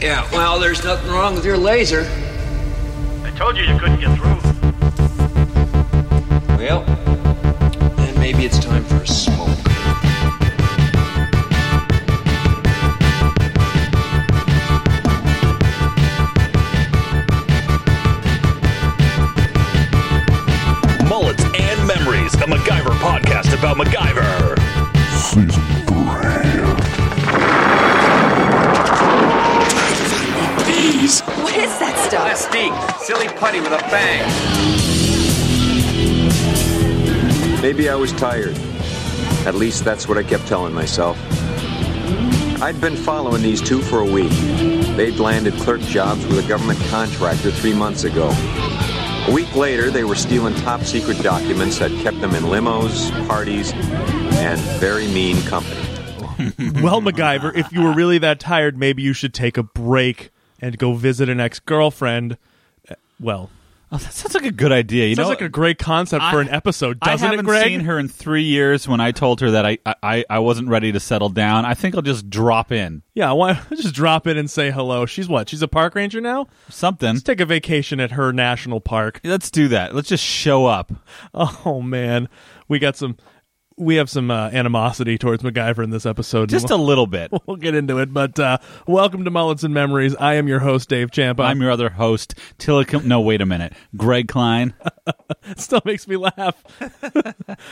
Yeah, well, there's nothing wrong with your laser. I told you you couldn't get through. Well, then maybe it's time for a smoke. Mullets and Memories, a MacGyver podcast about MacGyver. Season 3. What is that stuff? SD, silly putty with a bang. Maybe I was tired. At least that's what I kept telling myself. I'd been following these two for a week. They'd landed clerk jobs with a government contractor three months ago. A week later, they were stealing top secret documents that kept them in limos, parties, and very mean company. Well, MacGyver, if you were really that tired, maybe you should take a break and go visit an ex girlfriend. Well, Oh, that sounds like a good idea. You sounds know, like a great concept for I- an episode, I doesn't haven't it, Greg? seen her in three years. When I told her that I, I I wasn't ready to settle down, I think I'll just drop in Yeah, why just drop in and say hello? She's what? She's a park ranger now. something. Let's take a vacation at her national park. Let's do that. Let's just show up. Oh man, we got some. We have some uh, animosity towards MacGyver in this episode. Just a little bit. we'll get into it. But uh, welcome to Mullets and Memories. I am your host, Dave Champa. I'm your other host, Tillicum. No, wait a minute. Greg Klein. it still makes me laugh.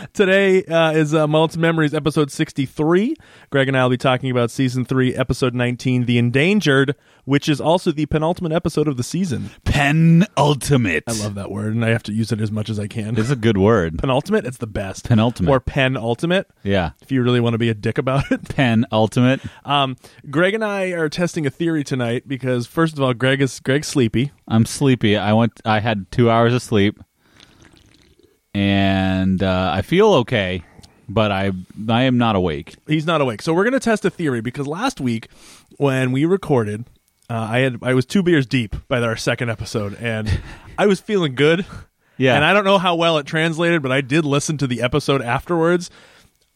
Today uh, is uh, Mullets and Memories, episode 63. Greg and I will be talking about season 3, episode 19, The Endangered, which is also the penultimate episode of the season. Penultimate. I love that word, and I have to use it as much as I can. It's a good word. penultimate? It's the best. Penultimate. Or penultimate, Yeah. if you really want to be a dick about it. Penultimate. Um, Greg and I are testing a theory tonight because, first of all, Greg is Greg's sleepy. I'm sleepy. I went. I had two hours of sleep, and uh, I feel okay, but I I am not awake. he's not awake. So we're gonna test a theory because last week when we recorded, uh, I had I was two beers deep by our second episode, and I was feeling good. Yeah. and I don't know how well it translated, but I did listen to the episode afterwards.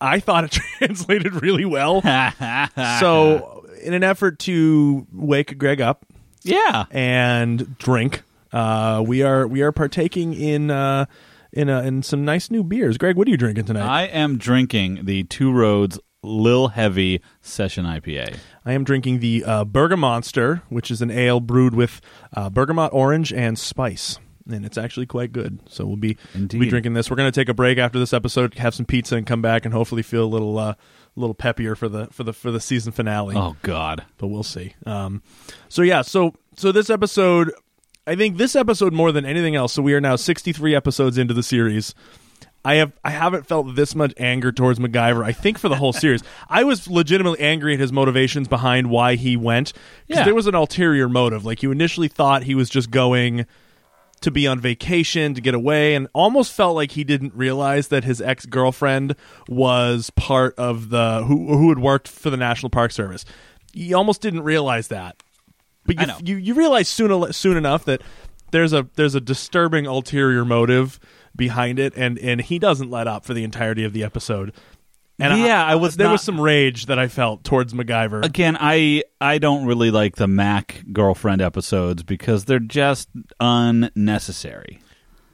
I thought it translated really well. so, in an effort to wake Greg up Yeah. and drink, uh, we are we are partaking in. Uh, in, uh in some nice new beers. Greg, what are you drinking tonight? I am drinking the Two Roads Lil Heavy Session IPA. I am drinking the uh, Burger Monster, which is an ale brewed with uh, bergamot orange and spice. And it's actually quite good. So we'll be we'll be Indeed. drinking this. We're going to take a break after this episode, have some pizza, and come back and hopefully feel a little uh, little peppier for the for the for the season finale. Oh God. But we'll see. Um, so yeah, so so this episode, I think this episode more than anything else. So we are now sixty three episodes into the series. I have I haven't felt this much anger towards MacGyver. I think for the whole series, I was legitimately angry at his motivations behind why he went. Because Yeah. there was an ulterior motive. Like you initially thought he was just going to be on vacation to get away, and almost felt like he didn't realize that his ex girlfriend was part of the who who had worked for the National Park Service. He almost didn't realize that. But you, I know. you you realize soon soon enough that there's a there's a disturbing ulterior motive behind it, and and he doesn't let up for the entirety of the episode. And Yeah, I was there not- was some rage that I felt towards MacGyver. Again, I I don't really like the Mac girlfriend episodes because they're just unnecessary.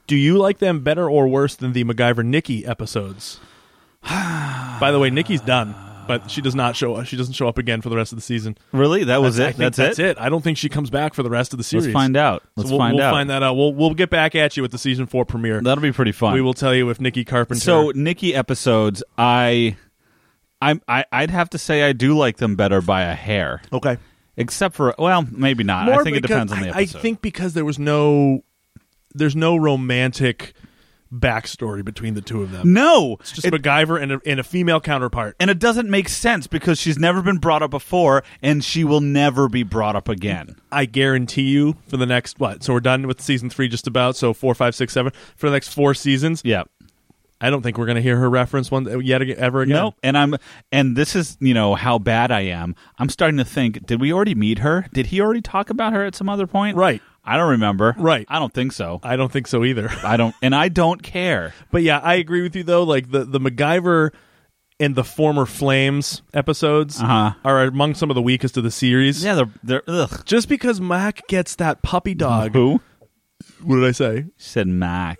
Do you like them better or worse than the MacGyver Nikki episodes? By the way, Nikki's done, but she does not show up. She doesn't show up again for the rest of the season. Really? That was I it. think that's, it? I don't think she comes back for the rest of the series. Let's find out. Let's so we'll, find we'll out. find that out. We'll we'll get back at you with the season four premiere. That'll be pretty fun. we will tell you if Nikki Carpenter. So Nikki episodes, I, I'm, I, I'd have to say I do like them better by a hair, okay. except for well, maybe not. I think it Oh. because- depends on the I- episode. I think because there was no, there's no romantic backstory between the two of them. no, It's just it- MacGyver and a, and a female counterpart. and it doesn't make sense because she's never been brought up before, and she will never be brought up again. I guarantee you for the next what? So we're done with season three, just about. So four, five, six, seven for the next four seasons. Yeah. I don't think we're gonna hear her reference one yet ag- ever again. No, and I'm, and this is you know how bad I am. I'm starting to think: Did we already meet her? Did he already talk about her at some other point? Right. I don't remember. Right. I don't think so. I don't think so either. I don't, and I don't care. but yeah, I agree with you though. Like the the MacGyver and the former Flames episodes are among some of the weakest of the series. Yeah, they're they're ugh. Just because Mac gets that puppy dog. Who What did I say? she said Mac?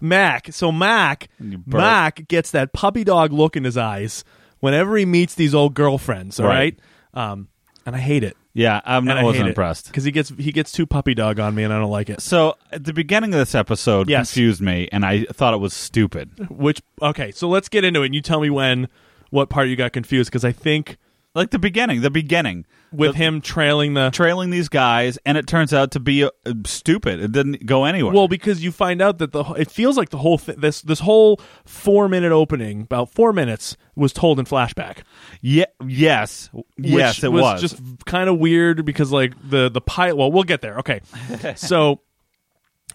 Mac. So Mac, You burp. Mac gets that puppy dog look in his eyes whenever he meets these old girlfriends. All right, Right. Um, and I hate it. Yeah, I'm, I wasn't impressed. because he gets he gets too puppy dog on me, and I don't like it. So at the beginning of this episode Yes. confused me, and I thought it was stupid. Which okay, so let's get into it. and You tell me when what part you got confused because I think Like the beginning, the beginning with The- him trailing the trailing these guys, and it turns out to be uh, uh, stupid. It didn't go anywhere. Well, because you find out that the it feels like the whole thi- this this whole four minute opening, about four minutes, was told in flashback. yeah, yes, yes, which it was. just kind of weird because like the the pilot. Well, we'll get there. Okay, so.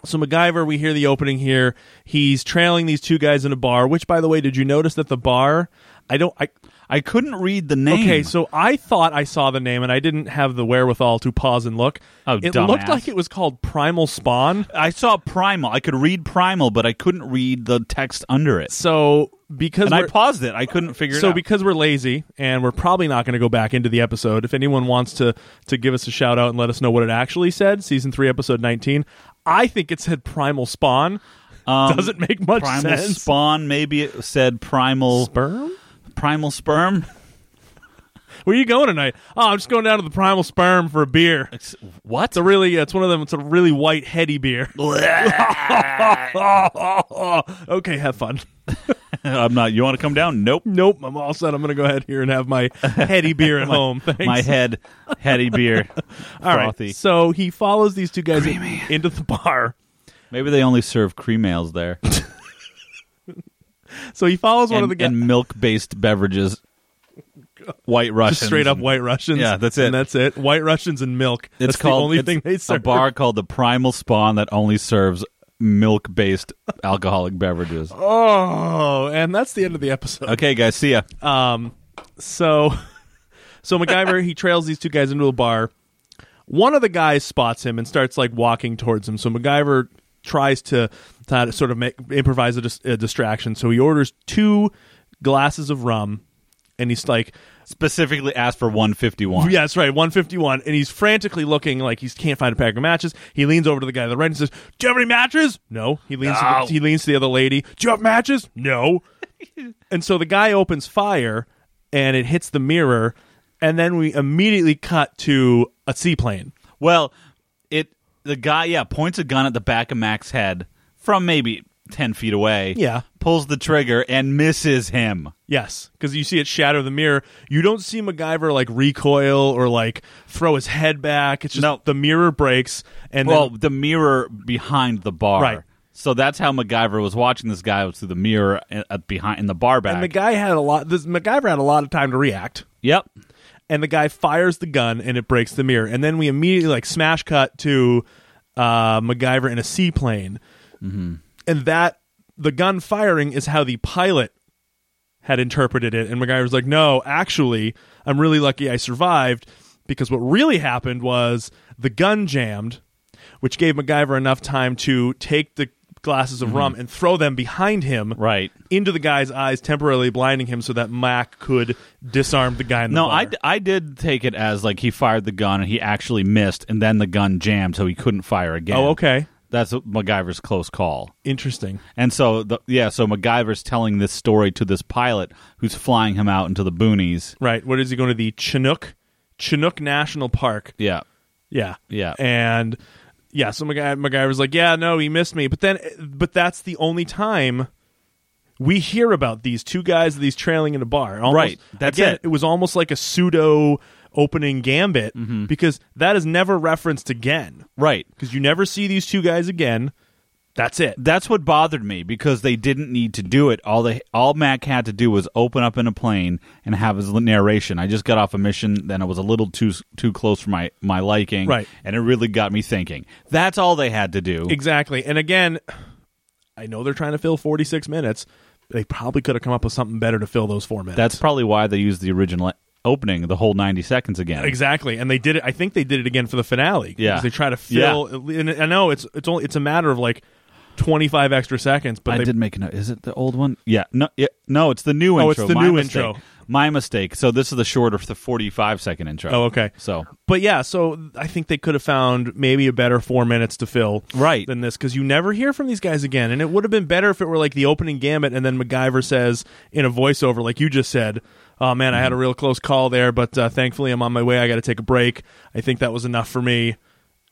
So MacGyver, we hear the opening here. He's trailing these two guys in a bar. Which, by the way, did you notice that the bar? I don't. I I couldn't read the name. Okay, so I thought I saw the name, and I didn't have the wherewithal to pause and look. Oh, it dumbass. looked like it was called Primal Spawn. I saw primal. I could read primal, but I couldn't read the text under it. So because And I we're- paused it. I couldn't figure it so out. because we're lazy and we're probably not going to go back into the episode if anyone wants to to give us a shout out and let us know what it actually said season 3 episode 19 i think it said primal spawn doesn't make much Um, primal sense spawn. Maybe it said primal sperm primal sperm. where you going tonight oh i'm just going down to the primal sperm for a beer it's What? a really it's one of them it's a really white heady beer okay have fun I'm not. You want to come down? Nope. nope i'm all set i'm going to go ahead here and have my heady beer at home Thanks. My head, heady beer, all right frothy. so he follows these two guys in- into the bar Maybe they only serve cream ales there So he follows one of and, the guys, and milk-based beverages. White Russians, just straight up and- White Russians. Yeah, that's it. And that's it. White Russians and milk. It's that's called the only it's thing they serve. A bar called the Primal Spawn that only serves milk-based alcoholic beverages. Oh, and that's the end of the episode. Okay, guys, see ya. So, so MacGyver he trails these two guys into a bar. One of the guys spots him and starts like walking towards him. So MacGyver tries to, to sort of make, improvise a, dis- a distraction. So he orders two glasses of rum, and he's like, Specifically, asked for 151. Yeah, that's right. 151. And he's frantically looking like he can't find a pack of matches. He leans over to the guy to the right and says, Do you have any matches? No. He leans, To, No. the, he leans to the other lady. Do you have matches? No. and so the guy opens fire and it hits the mirror. And then we immediately cut to a seaplane. Well, it the guy yeah points a gun at the back of Mac's head from maybe ten feet away. Yeah. pulls the trigger and misses him. Yes, because you see it shatter the mirror. You don't see MacGyver like recoil or like throw his head back. It's just No. the mirror breaks and well, then, the mirror behind the bar. Right. So that's how MacGyver was watching this guy was through the mirror at, at behind in the bar back. and the guy had a lot. This MacGyver had a lot of time to react. yep. and the guy fires the gun and it breaks the mirror and then we immediately like smash cut to uh MacGyver in a seaplane Mm-hmm. and that the gun firing is how the pilot had interpreted it and MacGyver's like no actually I'm really lucky I survived because what really happened was the gun jammed which gave MacGyver enough time to take the glasses of rum and throw them behind him Mm-hmm. Right. into the guy's eyes temporarily blinding him so that Mac could disarm the guy in the No, bar. I, d- I did take it as like he fired the gun and he actually missed, and then the gun jammed, so he couldn't fire again. Oh, okay. That's MacGyver's close call. Interesting. And so, the, yeah, so MacGyver's telling this story to this pilot who's flying him out into the boonies. Right. What is he going to the Chinook Chinook National Park? Yeah. Yeah. Yeah. And yeah, so MacGy- MacGyver's like, yeah, no, he missed me. But then, but that's the only time we hear about these two guys, these trailing in a bar. Almost- Right. That's again, it. It was almost like a pseudo opening gambit Mm-hmm. because that is never referenced again Right. because you never see these two guys again. That's it. That's what bothered me because they didn't need to do it. All they all Mac had to do was open up in a plane and have his narration. I just got off a mission, then it was a little too too close for my my liking, Right. And it really got me thinking. That's all they had to do. Exactly. And again, I know they're trying to fill 46 minutes. They probably could have come up with something better to fill those four minutes. That's probably why they used the original opening, the whole ninety seconds again. exactly. And they did it. I think they did it again for the finale. Yeah. Because they try to fill. And I know it's it's only it's a matter of like 25 extra seconds, but I they, did make a note. Is it the old one? Yeah. No. Yeah, no. It's the new Oh, it's intro. the My new mistake. intro. My mistake. So this is the shorter, the forty-five second intro. Oh, okay. So But yeah, so I think they could have found maybe a better four minutes to fill Right. than this because you never hear from these guys again. And it would have been better if it were like the opening gambit and then MacGyver says in a voiceover, like you just said, oh man, I had a Mm-hmm. real close call there, but uh, thankfully I'm on my way. I got to take a break. I think that was enough for me.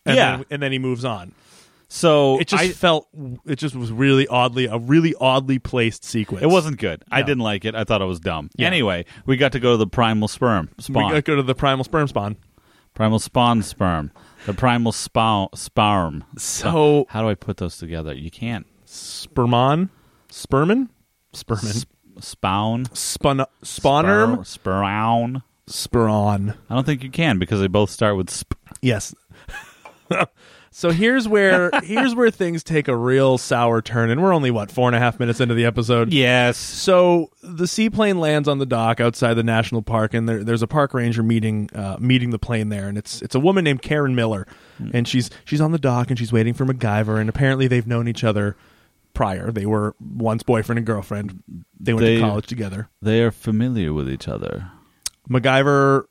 And Yeah. Then, and then he moves on. so It just I- felt, it just was really oddly, a really oddly placed sequence. it wasn't good. I No. didn't like it. I thought it was dumb. Anyway, we got to go to the primal sperm We spawn. gotta go to the primal sperm spawn. primal spawn sperm. The primal spawn sperm. So- how do I put those together? You can't Spermon? Sperman? Sperman. S- spawn Spun- Mm-hmm. spawnerm? spar- spawn. Spawn. I don't think you can because they both start with sp- Yes. so here's where here's where things take a real sour turn, and we're only what four and a half minutes into the episode. yes. So the seaplane lands on the dock outside the national park, and there, there's a park ranger meeting uh, meeting the plane there, and it's it's a woman named Karen Miller, Hmm. and she's she's on the dock and she's waiting for MacGyver, and apparently they've known each other prior. They were once boyfriend and girlfriend. They went They- to college together. They are familiar with each other. MacGyver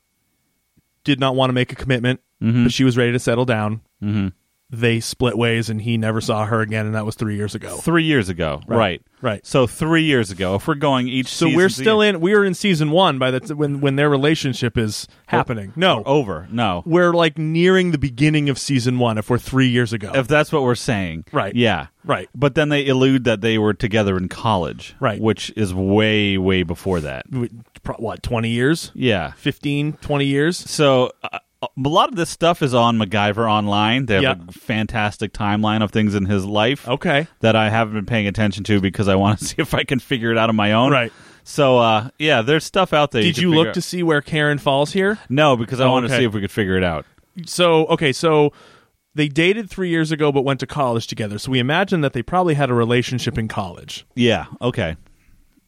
did not want to make a commitment, Mm-hmm. but she was ready to settle down. Mm-hmm. They split ways, and he never saw her again, and that was three years ago. Three years ago, right? Right. Right. So three years ago, if we're going each, So we're still in. We are in season one by the t- when when their relationship is Oh. happening. No, over. No, we're like nearing the beginning of season one. If we're three years ago, if that's what we're saying, Right. Yeah, Right. But then they allude that they were together in college, Right. Which is way, way before that. We- pro- what twenty years, Yeah. 15, 20 years. So uh, a lot of this stuff is on MacGyver online. They have Yeah. a fantastic timeline of things in his life. Okay, That I haven't been paying attention to because I want to see if I can figure it out on my own. Right. So uh, yeah, there's stuff out there. did can you figure look out. to see where Karen falls here? No, because I Oh, want to okay. see if we could figure it out. so okay so they dated three years ago but went to college together so we imagine that they probably had a relationship in college Yeah. Okay.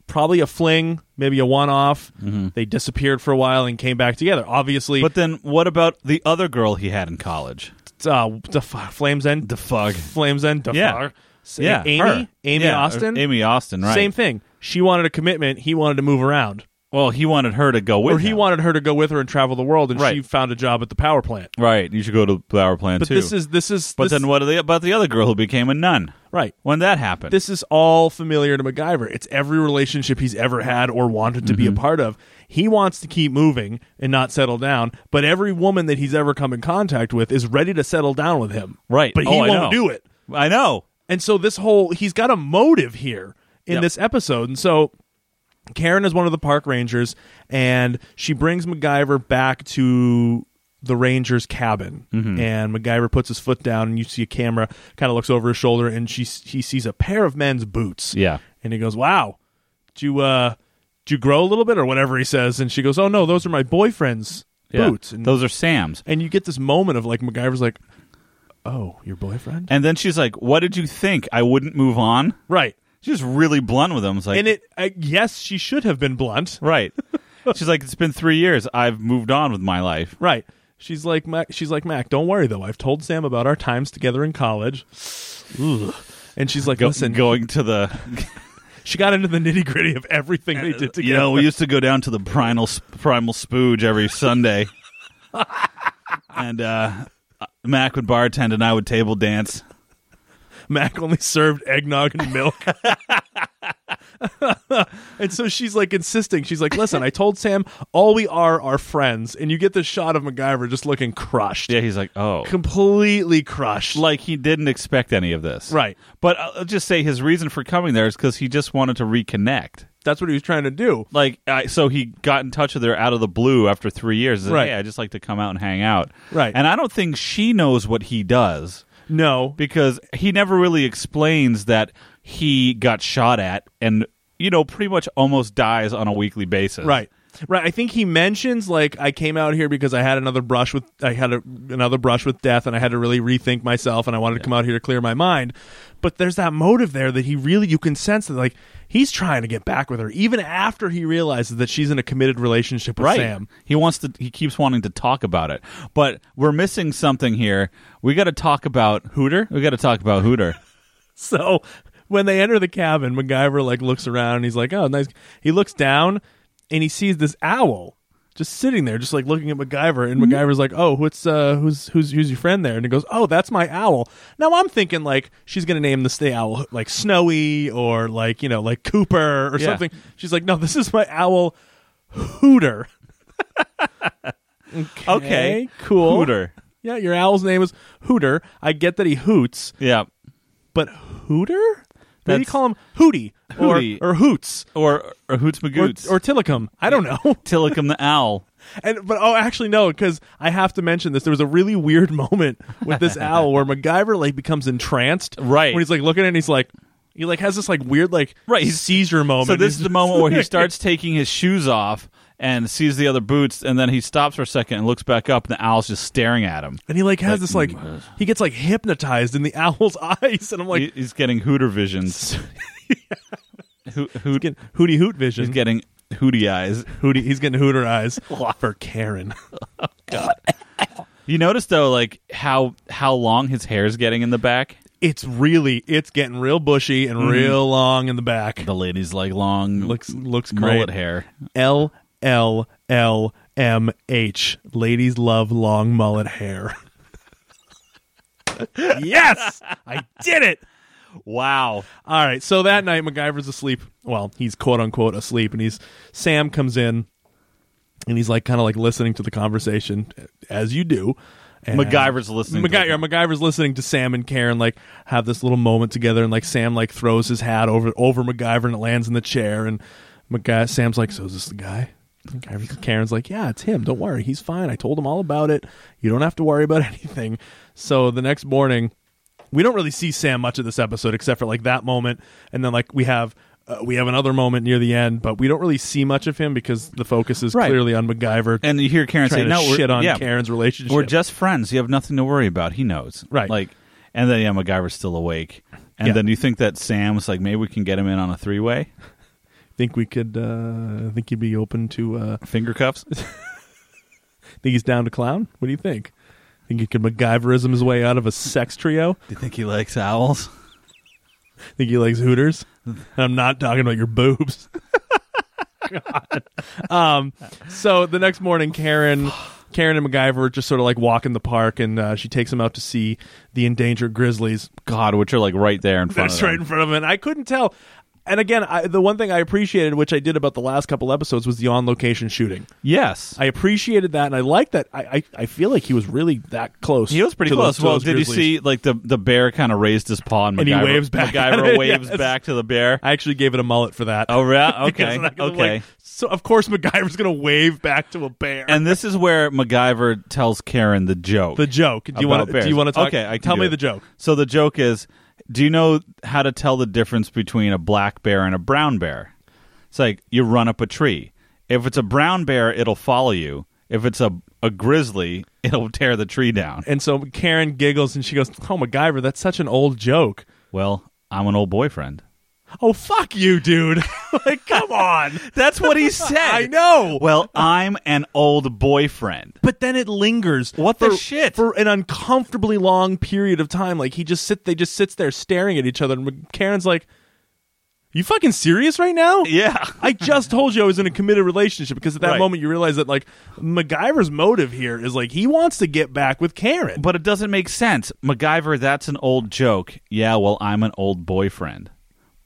probably a fling maybe a one-off they disappeared for a while and came back together obviously Mm-hmm. But then what about the other girl he had in college? uh, the f- flames end The fug. flames end the Yeah. fuck. S- uh, Yeah. amy her. amy Yeah, uh, austin Amy Austin. Right. same thing she wanted a commitment he wanted to move around Well, he wanted her to go with. or he him. wanted her to go with her and travel the world and she Right. found a job at the power plant Right. You should go to the power plant but too. this is this is But this- then what are they, about the other girl who became a nun? right When that happened. This is all familiar to MacGyver. It's every relationship he's ever had or wanted to be Mm-hmm. a part of. He wants to keep moving and not settle down, but every woman that he's ever come in contact with is ready to settle down with him. Right. But he Oh, I won't know. do it. I know. And so this whole he's got a motive here in Yep. this episode. And so Karen is one of the park rangers and she brings MacGyver back to the ranger's cabin Mm-hmm. and MacGyver puts his foot down and you see a camera kind of looks over his shoulder and she he sees a pair of men's boots. Yeah. And he goes, "Wow. Did you uh did you grow a little bit or whatever he says?" And she goes, "Oh no, those are my boyfriend's Yeah. boots." And Those are Sam's. and you get this moment of like MacGyver's like, "Oh, your boyfriend?" And then she's like, "What did you think? I wouldn't move on." Right. She's really blunt with him. It's like, and it uh, yes she should have been blunt right. she's like, "It's been three years. I've moved on with my life." right she's like mac she's like mac don't worry though i've told sam about our times together in college Ugh. and she's like Go, listen going to the she got into the nitty-gritty of everything they did together Uh, You know, we used to go down to the primal primal spooge every Sunday, and uh, Mac would bartend and I would table dance. mac only served eggnog and milk and so she's like insisting she's like listen i told sam all we are are friends and you get this shot of MacGyver just looking crushed Yeah, he's like, oh, completely crushed like he didn't expect any of this, Right. But I'll I'll just say his reason for coming there is because he just wanted to reconnect. that's what he was trying to do Like, I, so he got in touch with her out of the blue after three years. He's like, Right. Hey, I just like to come out and hang out. Right. And I don't think she knows what he does. no because he never really explains that he got shot at and you know pretty much almost dies on a weekly basis. Right. Right. I think he mentions like I came out here because I had another brush with I had a, another brush with death and I had to really rethink myself and I wanted to come out here to clear my mind. But there's that motive there that he really you can sense that like he's trying to get back with her even after he realizes that she's in a committed relationship with Right. Sam. He wants to he keeps wanting to talk about it. But we're missing something here. We got to talk about Hooter. We got to talk about Hooter. so when they enter the cabin, MacGyver like looks around and he's like, "Oh, nice." He looks down and he sees this owl just sitting there, just like looking at MacGyver. Mm-hmm. And MacGyver's like, "Oh, what's uh, who's who's who's your friend there?" And he goes, "Oh, that's my owl." Now I'm thinking like she's gonna name this the owl like Snowy or like you know like Cooper or Yeah. something. She's like, "No, this is my owl, Hooter." okay, Okay, cool. Hooter. Yeah, your owl's name is Hooter. I get that he hoots, Yeah. but Hooter? Maybe That's- call him Hootie or, Hootie. or Hoots Or, or Hoots or, Magoots. or Tillicum. I don't know. Tillicum the Owl. And but oh, actually no, because I have to mention this. There was a really weird moment with this owl where MacGyver like becomes entranced. Right. when he's like looking at, it and he's like, he like has this like weird like Right, he's- seizure moment. So this He's is the just- moment where he starts taking his shoes off and sees the other boots, and then he stops for a second and looks back up, and the owl's just staring at him. and he like has this like he gets like hypnotized in the owl's eyes, and I'm like, mm, uh. He- he's getting Hooter visions. Hoot, hoot, getting Hootie Hoot vision. he's getting Hootie eyes. Hootie, he's getting Hooter eyes for Karen. You notice though, like how how long his hair is getting in the back. it's really it's getting real bushy and Mm-hmm. real long in the back. The lady's like long Looks looks great. mullet hair. L L L M H. Ladies love long mullet hair. yes, I did it. Wow. All right, so that night MacGyver's asleep. Well, he's quote unquote asleep, and he's Sam comes in, and he's like kind of like listening to the conversation, as you do. And MacGyver's listening to MacGyver, the- MacGyver's listening to Sam and Karen like have this little moment together, and like Sam like throws his hat over over MacGyver and it lands in the chair, and MacGy- Sam's like, "So is this the guy?" MacGyver- Karen's like, "Yeah, it's him. Don't worry, he's fine. I told him all about it. You don't have to worry about anything." So the next morning, we don't really see Sam much of this episode except for like that moment, and then like we have. Uh, we have another moment near the end, but we don't really see much of him because the focus is Right. clearly on MacGyver And you hear Karen trying say, to "No, we're shit on yeah, Karen's relationship." We're just friends. You have nothing to worry about. He knows. Right. Like, and then yeah, MacGyver's still awake. And Yeah. then you think that Sam's like, maybe we can get him in on a three way think we could uh I think you'd be open to uh finger cuffs. think he's down to clown? What do you think? Think he could MacGyverism his way out of a sex trio? Do you think he likes owls? Think he likes hooters? And I'm not talking about your boobs. God. Um so the next morning Karen Karen and MacGyver are just sort of like walk in the park and uh, she takes him out to see the endangered grizzlies. God, which are like right there in front That's of them. right in front of him. And I couldn't tell. And again, I, the one thing I appreciated, which I did about the last couple episodes, was the on location shooting. Yes. I appreciated that, and I like that. I, I, I feel like he was really that close. he was pretty to those- close. to well, those did grizzlies. you see like the, the bear kind of raised his paw and, And he MacGyver- waves back at MacGyver it, waves yes. back to the bear. I actually gave it a mullet for that. oh, yeah. Because Okay. I'm like- okay. so of course MacGyver's gonna wave back to a bear. and this is where MacGyver tells Karen the joke. the joke. Do you about want to? bears. Do you want to talk? Okay, I can tell do me it. the joke. So the joke is, do you know how to tell the difference between a black bear and a brown bear? It's like you run up a tree. If it's a brown bear, it'll follow you. If it's a a grizzly, it'll tear the tree down. And so Karen giggles and she goes, "Oh MacGyver, that's such an old joke." Well, I'm an old boyfriend. Oh fuck you, dude! like come on. That's what he said. I know. Well, I'm an old boyfriend. but then it lingers. What for, the shit? for an uncomfortably long period of time? Like he just sit, they just sits there staring at each other, and Karen's like, "You fucking serious right now?" Yeah. I just told you I was in a committed relationship because at that Right. moment you realize that like MacGyver's motive here is like he wants to get back with Karen. But it doesn't make sense. MacGyver, that's an old joke. Yeah, well, I'm an old boyfriend.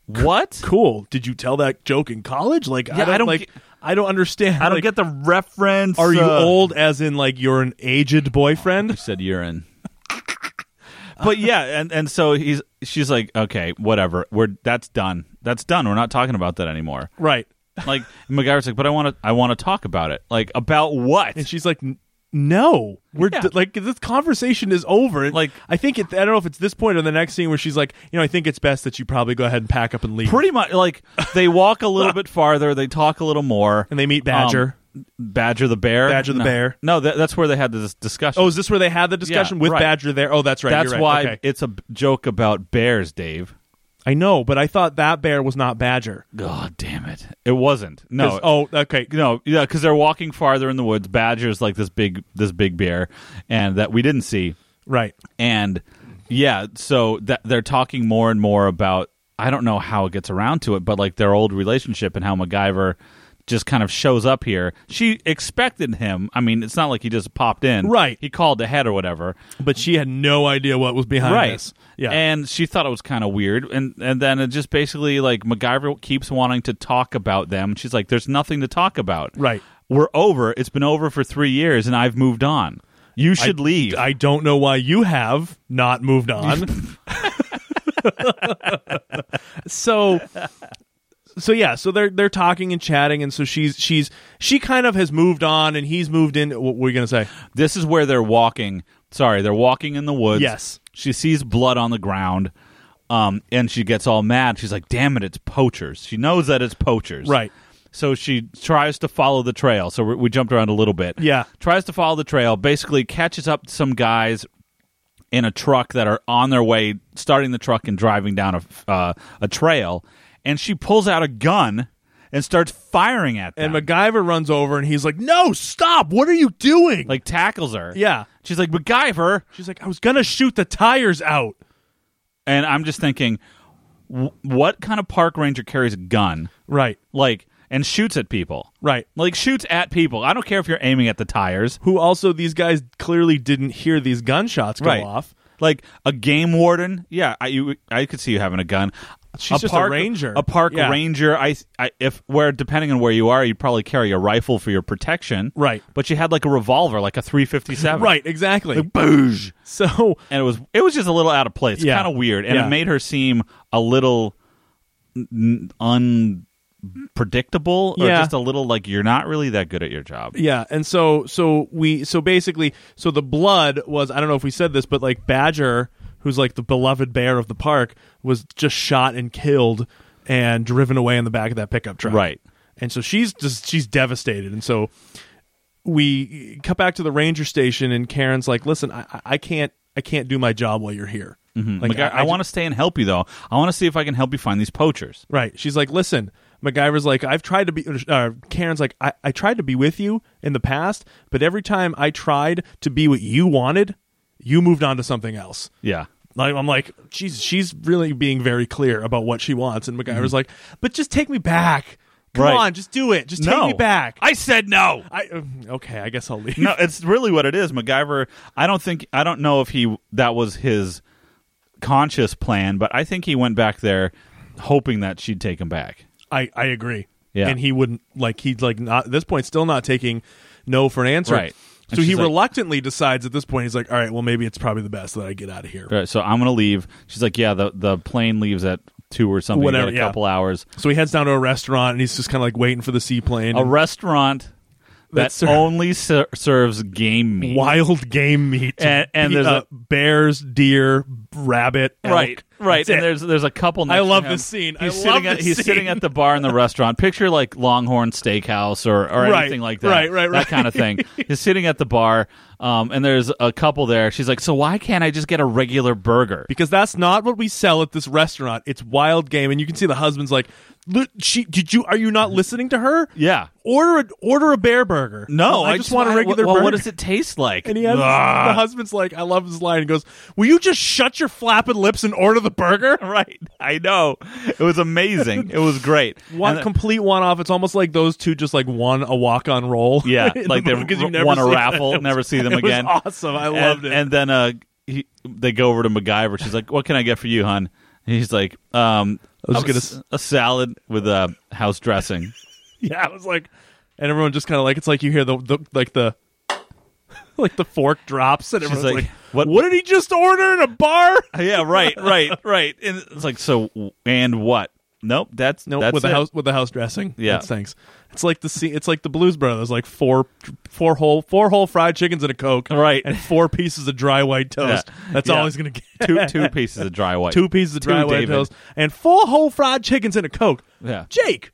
What? cool. Did you tell that joke in college? Like I Yeah, don't, I don't like get- I don't understand. I don't like, get the reference. Are you uh, old as in like you're an aged boyfriend? said urine. but yeah, and and so he's she's like, okay, whatever. We're that's done. That's done. We're not talking about that anymore. right. Like MacGyver's like, but I want to. I want to talk about it. Like about what? And she's like, "N- "No, we're Yeah. d- like this conversation is over." And Like- I think it, I don't know if it's this point or the next scene where she's like, "You know, I think it's best that you probably go ahead and pack up and leave." Pretty much like they walk a little bit farther. They talk a little more, and they meet Badger. Um, Badger the bear. Badger the No. bear. No, that, that's where they had this discussion. oh, is this where they had the discussion with right. Badger there? Oh, that's right. that's you're right. why Okay. it's a b- joke about bears, Dave. I know, but I thought that bear was not Badger. God damn it! It wasn't. 'Cause- No. Oh, okay. no, yeah, because they're walking farther in the woods. Badger's like this big, this big bear, and that we didn't see, Right. and Yeah, so that they're talking more and more about I don't know how it gets around to it, but like their old relationship and how MacGyver just kind of shows up here. She expected him. I mean, it's not like he just popped in. Right. He called ahead or whatever. But she had no idea what was behind right. this. Yeah. And she thought it was kind of weird. And and then it just basically like MacGyver keeps wanting to talk about them. She's like, There's nothing to talk about. Right. We're over. It's been over for three years and I've moved on. You should leave. I don't know why you have not moved on. so so yeah, so they're they're talking and chatting and so she's she's she kind of has moved on and he's moved in what were you going to say? This is where they're walking. Sorry, they're walking in the woods. Yes. She sees blood on the ground. Um, and she gets all mad. She's like, damn it, it's poachers. She knows that it's poachers. Right. So she tries to follow the trail. So we, we jumped around a little bit. Yeah. Tries to follow the trail, basically catches up to some guys in a truck that are on their way, starting the truck and driving down a, uh, a trail. And she pulls out a gun and starts firing at them. And MacGyver runs over and he's like, "No, stop. What are you doing?" like tackles her. yeah. She's like, MacGyver. She's like, "I was going to shoot the tires out." and I'm just thinking, w- what kind of park ranger carries a gun, Right. like, and shoots at people? Right. Like shoots at people. I don't care if you're aiming at the tires. Who also these guys clearly didn't hear these gunshots go Right. off. Like a game warden. Yeah, I you, I could see you having a gun. She's just a ranger. A park Yeah. ranger. I, I if where depending on where you are, you'd probably carry a rifle for your protection. Right. But she had like a revolver, like a 357. Right, exactly. Boosh. so and it was it was just a little out of place, Yeah. kind of weird, and Yeah. it made her seem a little n- n- unpredictable, or Yeah. just a little like you're not really that good at your job. Yeah, and so so we so basically so the blood was I don't know if we said this, but like Badger, who's like the beloved bear of the park, was just shot and killed and driven away in the back of that pickup truck. Right. And so she's just she's devastated, and so we cut back to the ranger station, and Karen's like, "Listen, I, I- I can't I can't do my job while you're here. Mm-hmm. Like, I, I, want to stay and help you though. I want to see if I can help you find these poachers. Right. She's like, listen, MacGyver's like, I've tried to be, uh, Karen's like, I, I tried to be with you in the past, but every time I tried to be what you wanted, you moved on to something else. Yeah, Like, I'm like, she's, she's really being very clear about what she wants. And MacGyver's like, but just take me back. Come Mm-hmm. Right. on, just do it. Just no. take me back. I said no. I, uh, okay, I guess I'll leave. no, it's really what it is. MacGyver. I don't think I don't know if he that was his conscious plan, but I think he went back there hoping that she'd take him back. I, I agree. Yeah. And he wouldn't like he's like not at this point still not taking no for an answer. Right. And So he she's like- reluctantly decides at this point he's like, all right, well maybe it's probably the best that I get out of here. All right, so I'm gonna leave. She's like, yeah, the the plane leaves at two or something. Whatever, Whatever, a yeah. couple hours. So he heads down to a restaurant and he's just kind of like waiting for the seaplane. A restaurant that, That ser- only ser- serves game meat. wild game meat uh, And- and there's a- bears, deer, rabbit, elk. Right, right. That's And it. there's there's a couple. Next I to love him. this scene. I He's love sitting at this he's scene. sitting at the bar in the restaurant. Picture like Longhorn Steakhouse or or Right, anything like that. right, right, right. That kind of thing. he's sitting at the bar, um, and there's a couple there. She's like, so why can't I just get a regular burger? because that's not what we sell at this restaurant. It's wild game, and you can see the husband's like, "Look, she did you? Are you not listening to her? Yeah. order a, order a bear burger. No, I, just want a regular Well, burger. what does it taste like? And he has, the husband's like, I love this line. He goes, "Will you just shut your flapping lips and order the burger?" right. I know. It was amazing. it was great. One And uh, the- complete one off. It's almost like those two just like won a walk on roll. yeah, in the like they movie, 'cause you r- never won a see them. raffle, It was- never see them it was again. awesome. I and, loved it. And then uh, he, they go over to MacGyver. She's like, "What can I get for you, hon?" And he's like, um, I was a gonna s- s- a salad with uh, house dressing." yeah, I was like, and everyone just kind of like it's like you hear the, the like the like the fork drops and everyone's like, like, "What- What did he just order in a bar? yeah, right, right, right. And it's like, so and what? Nope, that's No, that's with the it. house with the house dressing. Yeah. That's thanks. It's like the scene. It's like the Blues Brothers, like four four whole four whole fried chickens and a coke, Right. And four pieces of dry white toast. Yeah. That's Yeah. all he's gonna get. two two pieces of dry white, Two pieces of Two, dry white David. toast and four whole fried chickens and a coke. Yeah. Jake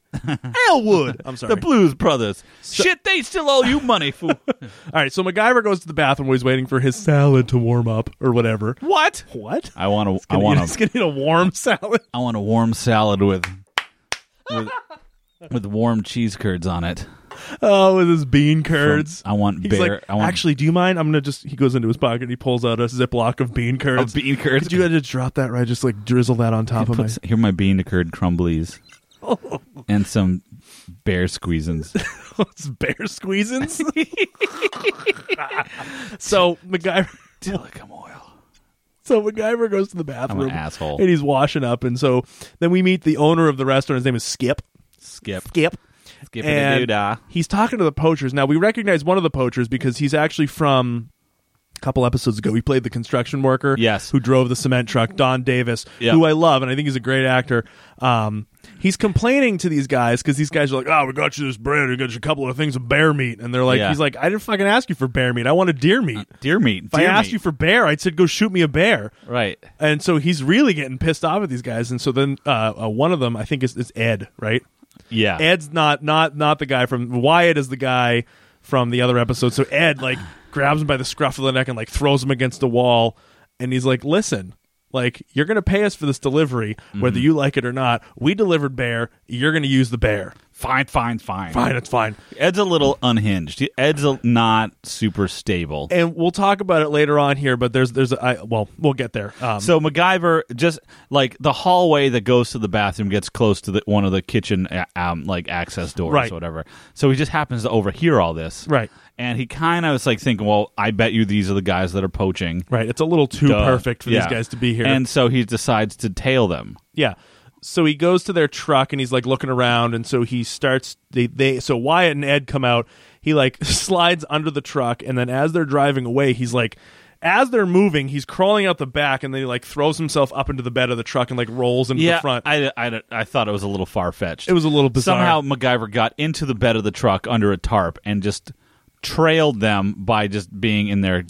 Elwood. I'm sorry. The Blues Brothers. Shit, they still owe you money, fool. all right. So MacGyver goes to the bathroom while he's waiting for his salad to warm up or whatever. what? What? I want to. I Gonna want eat- to. he's gonna eat a warm salad. I want a warm salad with with, with warm cheese curds on it. Oh, with his bean curds. I want He's bear- like, I want- Actually, do you mind? I'm gonna just. He goes into his pocket. and He pulls out a ziploc of bean curds. bean curds. Could you had to drop that right? Just like drizzle that on top of my. Puts, here are my bean curd crumblies and some bear squeezins. It's bear squeezins. so MacGyver. Tillicum oil. So MacGyver goes to the bathroom. asshole. And he's washing up, and so then we meet the owner of the restaurant. His name is Skip. Skip. Skip. Skip ah. and he's talking to the poachers. Now we recognize one of the poachers because he's actually from a couple episodes ago. He played the construction worker, Yes. who drove the cement truck, Don Davis, Yeah. who I love and I think he's a great actor. Um, he's complaining to these guys because these guys are like, "Oh, we got you this bread, we got you a couple of things of bear meat," and they're like, Yeah. "He's like, I didn't fucking ask you for bear meat. I wanted deer meat. Deer meat. if I deer asked meat. you for bear, I said go shoot me a bear." Right. And so he's really getting pissed off at these guys, and so then uh, uh, one of them, I think, is, is Ed, right? Yeah. Ed's not not not the guy from Wyatt is the guy from the other episode. So Ed like grabs him by the scruff of the neck and like throws him against the wall and he's like, "Listen, like you're going to pay us for this delivery Mm-hmm. whether you like it or not. We delivered bear, you're going to use the bear." fine, fine, fine. Fine, it's fine. Ed's a little unhinged. Ed's a, not super stable. And we'll talk about it later on here, but there's there's a, I, well, we'll get there. Um So MacGyver just like the hallway that goes to the bathroom gets close to the, one of the kitchen uh, um, like access doors Right. or whatever. So he just happens to overhear all this, Right. And he kind of is like thinking, "Well, I bet you these are the guys that are poaching." right, it's a little too Duh. perfect for Yeah. these guys to be here. and so he decides to tail them. Yeah. So he goes to their truck and he's like looking around and so he starts they they so Wyatt and Ed come out. He like slides under the truck and then as they're driving away, he's like as they're moving, he's crawling out the back and then he like throws himself up into the bed of the truck and like rolls into the front. I, I, I thought it was a little far fetched. it was a little bizarre. somehow MacGyver got into the bed of the truck under a tarp and just trailed them by just being in there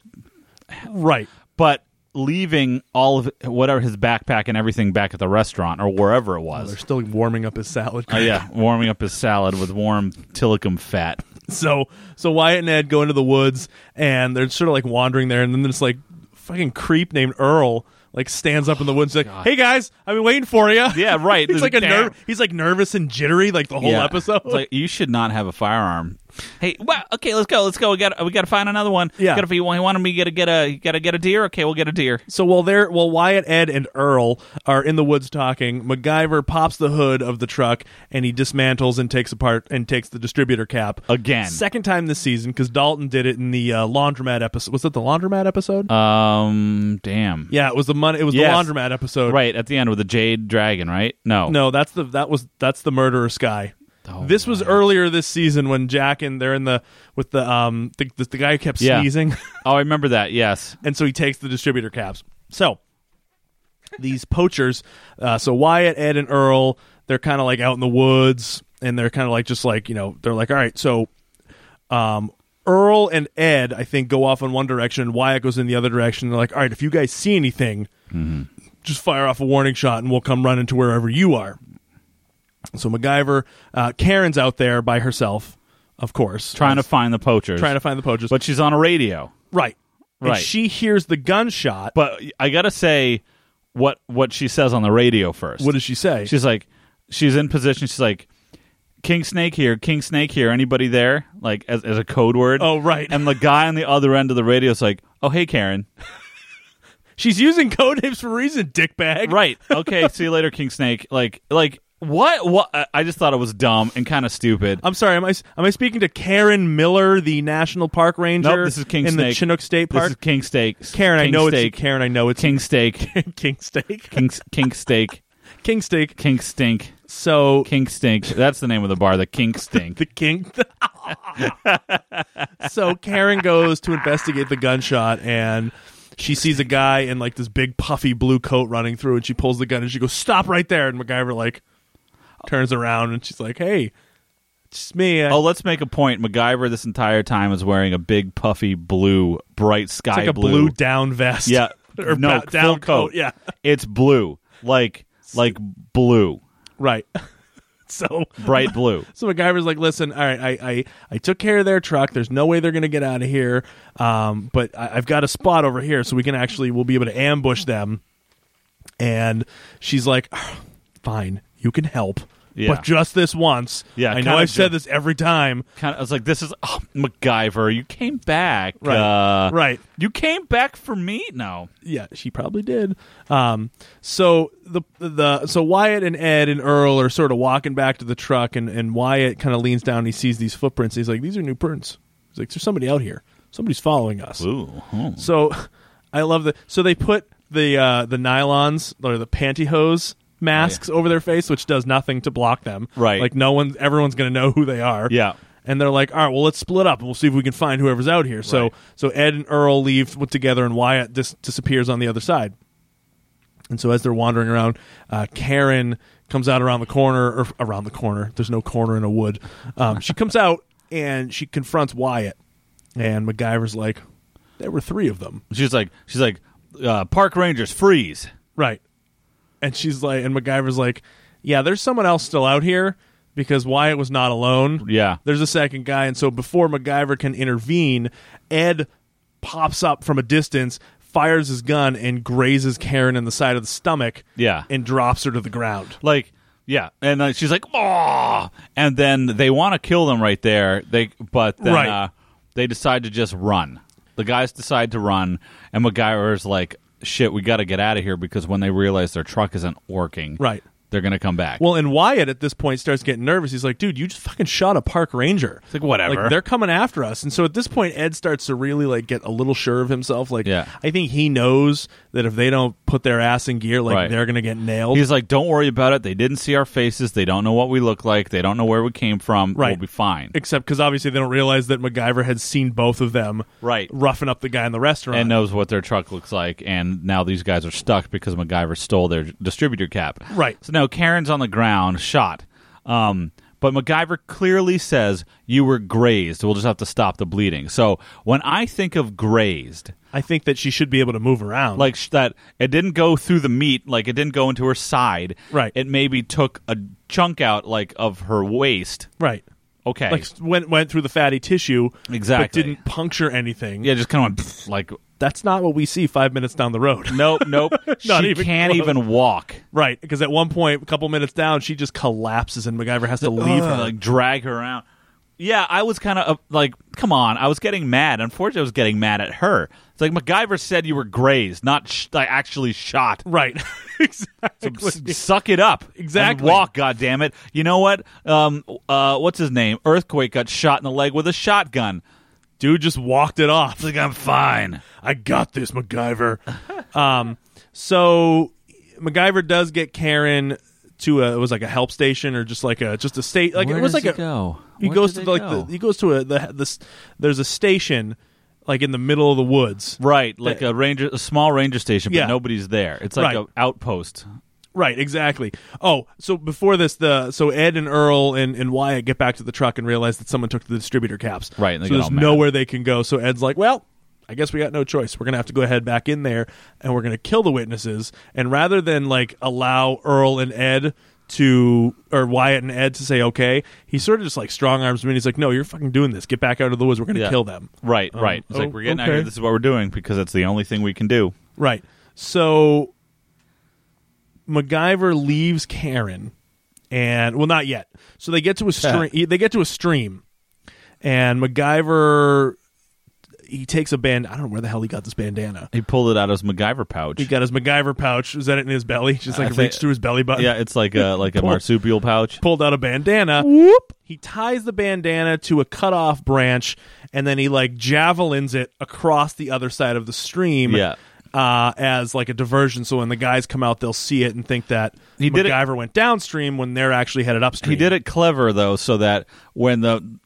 right. but leaving all of whatever his backpack and everything back at the restaurant or wherever it They're was. still warming up his salad. Oh, yeah, warming up his salad with warm tillicum fat. So so Wyatt and Ed go into the woods and they're sort of like wandering there and then this like fucking creep named Earl like stands up in the woods like, "Hey guys, I've been waiting for you." Yeah, right. he's like a Damn. ner- he's like nervous and jittery like the whole Yeah. episode. It's like you should not have a firearm. Hey, well, okay, let's go, let's go. We got, we got to find another one. Yeah. got to, you wanted me to get a, got to get a deer. Okay, we'll get a deer. so while they're while Wyatt, Ed, and Earl are in the woods talking, MacGyver pops the hood of the truck and he dismantles and takes apart and takes the distributor cap Again. Second time this season because Dalton did it in the uh, laundromat episode. Was it the laundromat episode? Um, damn. yeah, it was the money. It was Uh, Yes. the laundromat episode. Right at the end with the jade dragon, right? No, Oh, No, that's the that was that's the murderer sky. this was earlier this season when Jack and they're in the with the um the, the, the guy who kept Yeah. sneezing. Oh, I remember that. Yes, and so he takes the distributor caps. So these poachers, uh, so Wyatt, Ed, and Earl, they're kind of like out in the woods, and they're kind of like just like you know they're like all right, so um, Earl and Ed, I think, go off in one direction, and Wyatt goes in the other direction. They're like all right, if you guys see anything, Mm-hmm. just fire off a warning shot, and we'll come running to wherever you are. So MacGyver, uh, Karen's out there by herself, of course, trying to find the poachers, trying to find the poachers, but she's on a radio. right. And Right. she hears the gunshot. But I gotta say, what what she says on the radio first. What does she say? She's like, she's in position. She's like, King Snake here, King Snake here. Anybody there? Like as as a code word. Oh, right. And the guy on the other end of the radio is like, Oh hey Karen. She's using code names for a reason, dickbag. Right. Okay. see you later, King Snake. Like like what what? I- I just thought it was dumb and kind of stupid. I'm sorry. Am I am I speaking to Karen Miller, the national park ranger? nope, this is King in Snake the Chinook State This Park. is King Snake. Karen, I King know Steak. it's Karen. I know it's King Steak. King Steak. King King Steak. King Steak. King Stink. So King Stink. That's the name of the bar. The King Stink. the king. so Karen goes to investigate the gunshot and. She sees a guy in like this big puffy blue coat running through, and she pulls the gun and she goes, "Stop right there!" And MacGyver like turns around and she's like, "Hey, it's me." I- Oh, let's make a point. MacGyver this entire time is wearing a big puffy blue, bright sky It's like a blue, down vest. yeah, or no ba- down full coat. Yeah, it's blue, like like blue, right. so, bright blue. so MacGyver's like, "Listen, all right, I, I, I took care of their truck. There's no way they're gonna get out of here. Um, but I, I've got a spot over here, so we can actually we'll be able to ambush them." And she's like, "Fine, "Ah, you can help." Yeah. but just this once. Yeah, I kinda know I've said ju- this every time. Kind of, I was like, "This is oh, MacGyver. You came back, Right. uh, Right. You came back for me. No, Yeah, she probably did. Um, so the the so Wyatt and Ed and Earl are sort of walking back to the truck, and and Wyatt kind of leans down and he sees these footprints. He's like, "These are new prints." He's like, "There's somebody out here. Somebody's following us." ooh, So I love the so they put the uh, the nylons or the pantyhose masks over their face, which does nothing to block them. Oh, Right. like no one, everyone's going to know who they are. Yeah. And they're like, all right, well, let's split up and we'll see if we can find whoever's out here. So, Right. so Ed and Earl leave together, and Wyatt dis- disappears on the other side. And so, as they're wandering around, uh, Karen comes out around the corner, or around the corner. There's no corner in a wood. Um, she comes out and she confronts Wyatt, and MacGyver's like, "There were three of them." she's like, she's like, uh, park rangers freeze. Right. And she's like, and MacGyver's like, yeah, there's someone else still out here because Wyatt was not alone. Yeah. There's a second guy. And so before MacGyver can intervene, Ed pops up from a distance, fires his gun, and grazes Karen in the side of the stomach. Yeah. And drops her to the ground. Like, yeah, and uh, she's like, "Oh!" And then they want to kill them right there. They, but then Right. uh, they decide to just run. The guys decide to run, and MacGyver's like, "Shit, we got to get out of here because when they realize their truck isn't working, Right. they're gonna come back." Well, and Wyatt at this point starts getting nervous. He's like, dude, you just fucking shot a park ranger. It's like, whatever. Like, they're coming after us. And so at this point, Ed starts to really like get a little sure of himself. Like, Yeah. I think he knows that if they don't put their ass in gear, like Right. they're gonna get nailed. He's like, "Don't worry about it. They didn't see our faces. They don't know what we look like. They don't know where we came from. Right. We'll be fine." Except because obviously they don't realize that MacGyver had seen both of them, Right. roughing up the guy in the restaurant. and knows what their truck looks like. And now these guys are stuck because MacGyver stole their distributor cap. Right. So now Karen's on the ground, shot. Um, but MacGyver clearly says you were grazed. We'll just have to stop the bleeding. So when I think of grazed, I think that she should be able to move around. like sh- that, it didn't go through the meat. Like it didn't go into her side. Right. It maybe took a chunk out, like of her waist. right. Okay. Like went went through the fatty tissue, but Exactly. didn't puncture anything. yeah, just kind of like That's not what we see five minutes down the road. nope, nope. Not she even can't close. even walk. Right, because at one point, a couple minutes down, she just collapses and MacGyver has to leave Ugh, her. like drag her around. Yeah, I was kind of uh, like, come on. I was getting mad. Unfortunately, I was getting mad at her. It's like MacGyver said you were grazed, not sh- like actually shot. right, exactly. S- Suck it up, Exactly. And walk, goddamn it. You know what? Um, uh, what's his name? Earthquake got shot in the leg with a shotgun. Dude just walked it off. It's like I'm fine. I got this, MacGyver. um, so MacGyver does get Karen to a it was like a help station or just like a just a state like it was like a go? he goes to like the, he goes to a the this there's a station like in the middle of the woods. right, like a ranger, a small ranger station, but Yeah. nobody's there. It's like Right. an outpost. Right, exactly. Oh, so before this, the so Ed and Earl and, and Wyatt get back to the truck and realize that someone took the distributor caps. Right, and so they get there's all mad. nowhere they can go. So Ed's like, "Well, I guess we got no choice. We're gonna have to go ahead back in there, and we're gonna kill the witnesses. And rather than like allow Earl and Ed to or Wyatt and Ed to say okay, he sort of just like strong arms me. And he's like, "No, you're fucking doing this. Get back out of the woods. We're gonna Yeah. kill them." Right, right. It's oh, like we're getting out okay. here. This is what we're doing because it's the only thing we can do. Right. So MacGyver leaves Karen, and well, not yet. So they get to a stream. They get to a stream, and MacGyver he takes a band. I don't know where the hell he got this bandana. He pulled it out of his MacGyver pouch. He got his MacGyver pouch. Is that it in his belly? Just like I think- reached through his belly button. yeah, it's like a like a marsupial pouch. Pulled out a bandana. Whoop! He ties the bandana to a cut off branch, and then he like javelins it across the other side of the stream. Yeah. uh, as like a diversion. So when the guys come out, they'll see it and think that He did it- MacGyver went downstream when they're actually headed upstream. He did it clever though, so that when the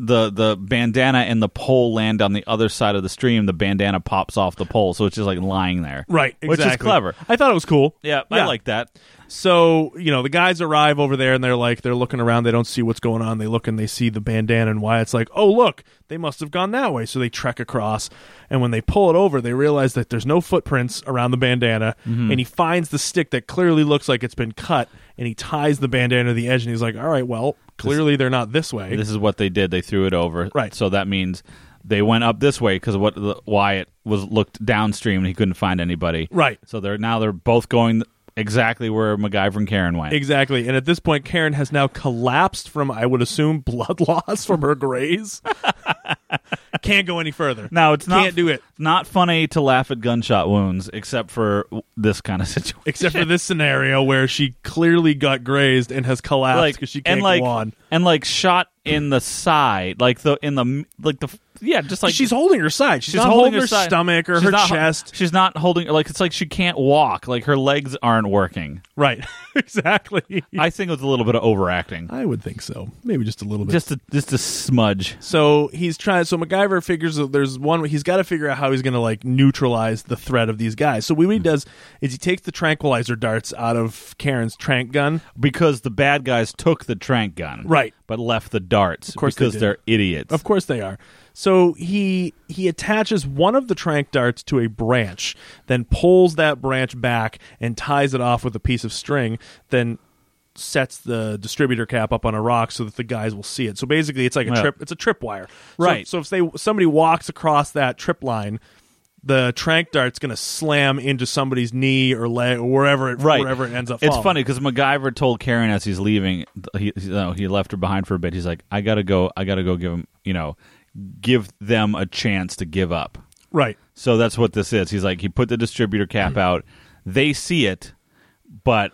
the the bandana and the pole land on the other side of the stream, the bandana pops off the pole, so it's just like lying there. right, exactly. Which is clever. I thought it was cool. Yeah, I like that. So you know, the guys arrive over there and they're like, they're looking around. They don't see what's going on. They look and they see the bandana and Wyatt's like, oh look, they must have gone that way. So they trek across, and when they pull it over, they realize that there's no footprints around the bandana. And he finds the stick that clearly looks like it's been cut, and he ties the bandana to the edge. And he's like, all right, well, clearly they're not this way. This is what they did. They threw it over. Right. So that means they went up this way because what the, Wyatt was looked downstream and he couldn't find anybody. Right. So they're now they're both going exactly where MacGyver and Karen went. Exactly. And at this point, Karen has now collapsed from, I would assume, blood loss from her graze. Can't go any further. now it's not Can't do it. Not funny to laugh at gunshot wounds, except for this kind of situation. Except for this scenario where she clearly got grazed and has collapsed like because she can't and like go on. and like shot in the side, like the in the like the yeah, just like she's holding her side. She's, not holding, her, side. stomach or She's her not- chest. She's not holding like it's like she can't walk. Like her legs aren't working. Right. exactly. I think it was a little bit of overacting. I would think so. Maybe just a little bit. Just a just a smudge. So he's trying. So MacGyver figures that there's one. He's got to figure out how he's going to like neutralize the threat of these guys. So what Hmm. he does is he takes the tranquilizer darts out of Karen's trank gun. Because the bad guys took the trank gun. Right. But left the darts. Of course they Because did. are idiots. Of course they are. So he he attaches one of the trank darts to a branch, then pulls that branch back and ties it off with a piece of string. Then sets the distributor cap up on a rock so that the guys will see it. So basically, it's like a Yeah. trip. It's a tripwire. Right. So, so if they somebody walks across that trip line. The trank dart's going to slam into somebody's knee or leg or wherever it Right. wherever it ends up. It's falling. funny because MacGyver told Karen as he's leaving, he he- no, he left her behind for a bit. He's like, I gotta go. I gotta go. Give him, you know, give them a chance to give up. right? So that's what this is. He's like, he put the distributor cap out. They see it, but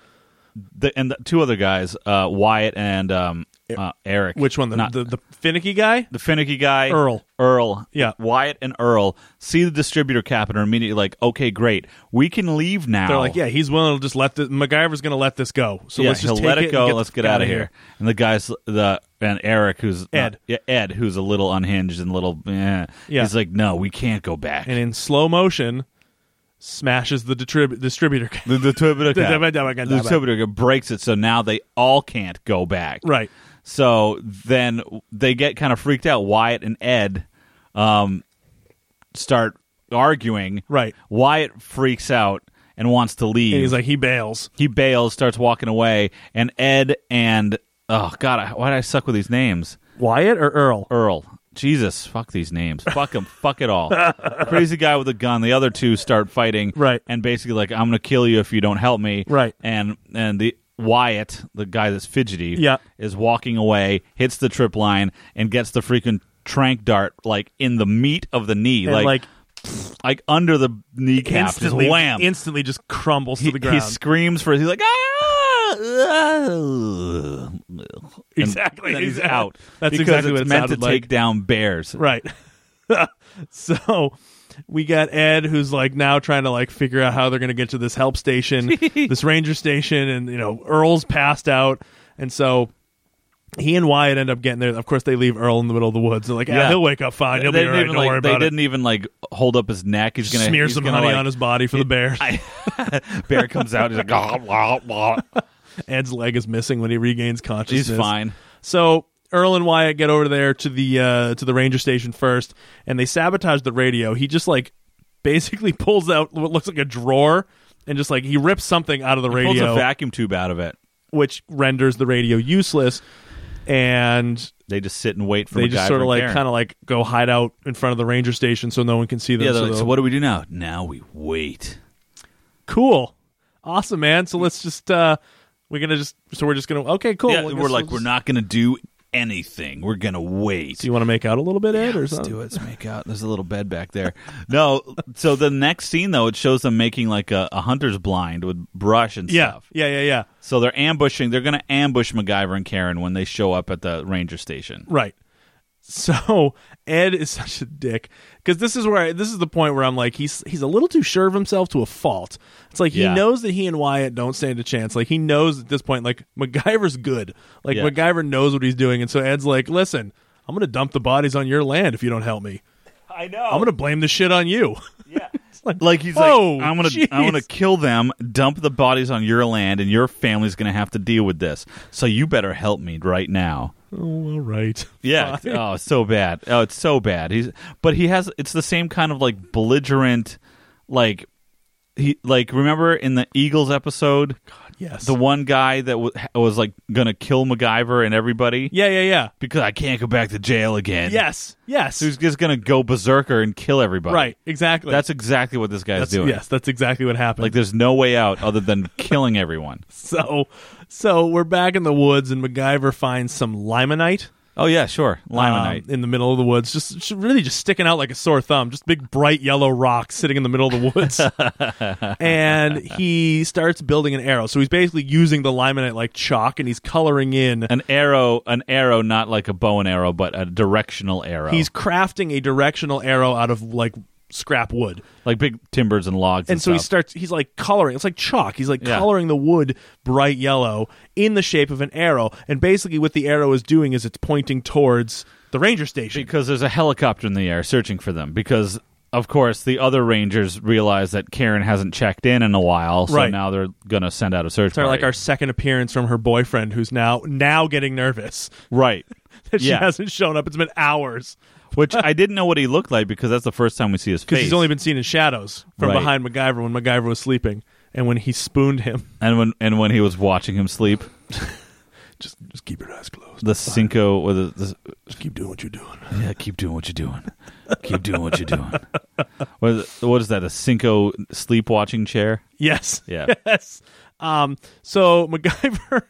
the and the two other guys, uh, Wyatt and um, uh, Eric. E-, Which one? The, Not- the the finicky guy? the finicky guy Earl. Earl. Yeah. Wyatt and Earl see the distributor cap and are immediately like, okay, great. We can leave now. They're like, yeah, he's willing to just let the MacGyver's going to let this go. So yeah, let's just he'll take let it it and go. get the Let's get fuck out outta of here. And the guys, the and Eric, who's not- Ed. yeah, Ed, who's a little unhinged and a little, eh, Yeah. he's like, no, we can't go back. And in slow motion, smashes the distrib- distributor. the the distributor cap, The- the distributor cap breaks it, so now they all can't go back. right. So then they get kind of freaked out. Wyatt and Ed um, start arguing. Right. Wyatt freaks out and wants to leave. And he's like, he bails. he bails, starts walking away, and Ed and oh god, I- why did I suck with these names? Wyatt or Earl? Earl. Jesus, fuck these names. Fuck them. fuck it all. Crazy guy with a gun. The other two start fighting. Right. And basically, like, I'm gonna kill you if you don't help me. Right. And and the Wyatt, the guy that's fidgety, Yeah. is walking away, hits the trip line, and gets the freaking trank dart like in the meat of the knee, And, like, like, like under the kneecap, instantly, just wham. instantly just crumbles to he, the he ground. screams for he's like ah. ah, ugh." And Exactly, then he's exactly. out. That's because exactly it's what it meant to sounded like. take down bears. Right. so we got Ed who's like now trying to like figure out how they're going to get to this help station, this ranger station and you know Earl's passed out and so he and Wyatt end up getting there. Of course, they leave Earl in the middle of the woods. They're like, "Yeah, Yeah. he'll wake up fine. He'll they be all didn't right. even Don't like worry they about it." didn't even like hold up his neck. He's gonna Smear he's some gonna, honey like- on his body for the bear. I- bear comes out. He's like, "Ah, wah, wah." Ed's leg is missing when he regains consciousness. he's fine. So Earl and Wyatt get over there to the uh, to the ranger station first, and they sabotage the radio. He just like basically pulls out what looks like a drawer and just like he rips something out of the Pulls a radio, vacuum tube out of it. which renders the radio useless. And They just sit and wait for. they MacGyver just sort of and like Karen. kind of like go hide out in front of the ranger station so no one can see them. Yeah, they're so like, so they'll- what do we do now? Now we wait. cool, awesome, man. So let's just uh we're gonna just so we're just gonna okay, cool. yeah, Oh, I guess we're like, we'll we're just- not gonna do anything. We're gonna wait. So you want to make out a little bit, Ed, or Let's something? do it. Let's make out. There's a little bed back there. No, so the next scene though, it shows them making like a, a hunter's blind with brush and Yeah, stuff. yeah, yeah, yeah. So they're ambushing. They're going to ambush MacGyver and Karen when they show up at the ranger station. Right. So Ed is such a dick because this is where I, this is the point where I'm like he's he's a little too sure of himself to a fault. It's like Yeah. he knows that he and Wyatt don't stand a chance. Like he knows at this point, like MacGyver's good. Like Yeah. MacGyver knows what he's doing, and so Ed's like, "Listen, I'm gonna dump the bodies on your land if you don't help me. I know. I'm gonna blame the shit on you." like he's Oh, like I'm gonna jeez. I'm gonna kill them, dump the bodies on your land, and your family's gonna have to deal with this. So you better help me right now. oh, all right. Yeah. Fine. Oh, so bad. Oh, it's so bad. He's but he has it's the same kind of like belligerent, like he like remember in the Eagles episode Yes. the one guy that w- was like gonna kill MacGyver and everybody yeah, yeah, yeah. because I can't go back to jail again. Yes. Yes. so he's just gonna go berserker and kill everybody. right. Exactly. That's exactly what this guy's that's doing. yes. That's exactly what happened. Like there's no way out other than killing everyone. so, so we're back in the woods, and MacGyver finds some limonite. Oh yeah, sure. Limonite. um, in the middle of the woods, just just really just sticking out like a sore thumb, just big bright yellow rock sitting in the middle of the woods. and he starts building an arrow. So he's basically using the limonite like chalk, and he's coloring in. an arrow, an arrow, not like a bow and arrow, but a directional arrow. He's crafting a directional arrow out of like scrap wood. like big timbers and logs, and, and so he stuff. starts he's like coloring it's like chalk he's like Yeah. coloring the wood bright yellow in the shape of an arrow and basically what the arrow is doing is it's pointing towards the ranger station because there's a helicopter in the air searching for them. Because of course the other rangers realize that Karen hasn't checked in in a while, so Right. now they're gonna send out a search. Sort of like party. our second appearance from her boyfriend who's now now getting nervous right, that she Yeah. hasn't shown up it's been hours which I didn't know what he looked like because that's the first time we see his because face. he's only been seen in shadows from Right. behind MacGyver when MacGyver was sleeping and when he spooned him and when and when he was watching him sleep, just just keep your eyes closed the Cinco with the, the just keep doing what you're doing Yeah, keep doing what you're doing. Keep doing what you're doing. What is, what is that? A Cinco sleep watching chair? Yes. Yeah. Yes. Um, so MacGyver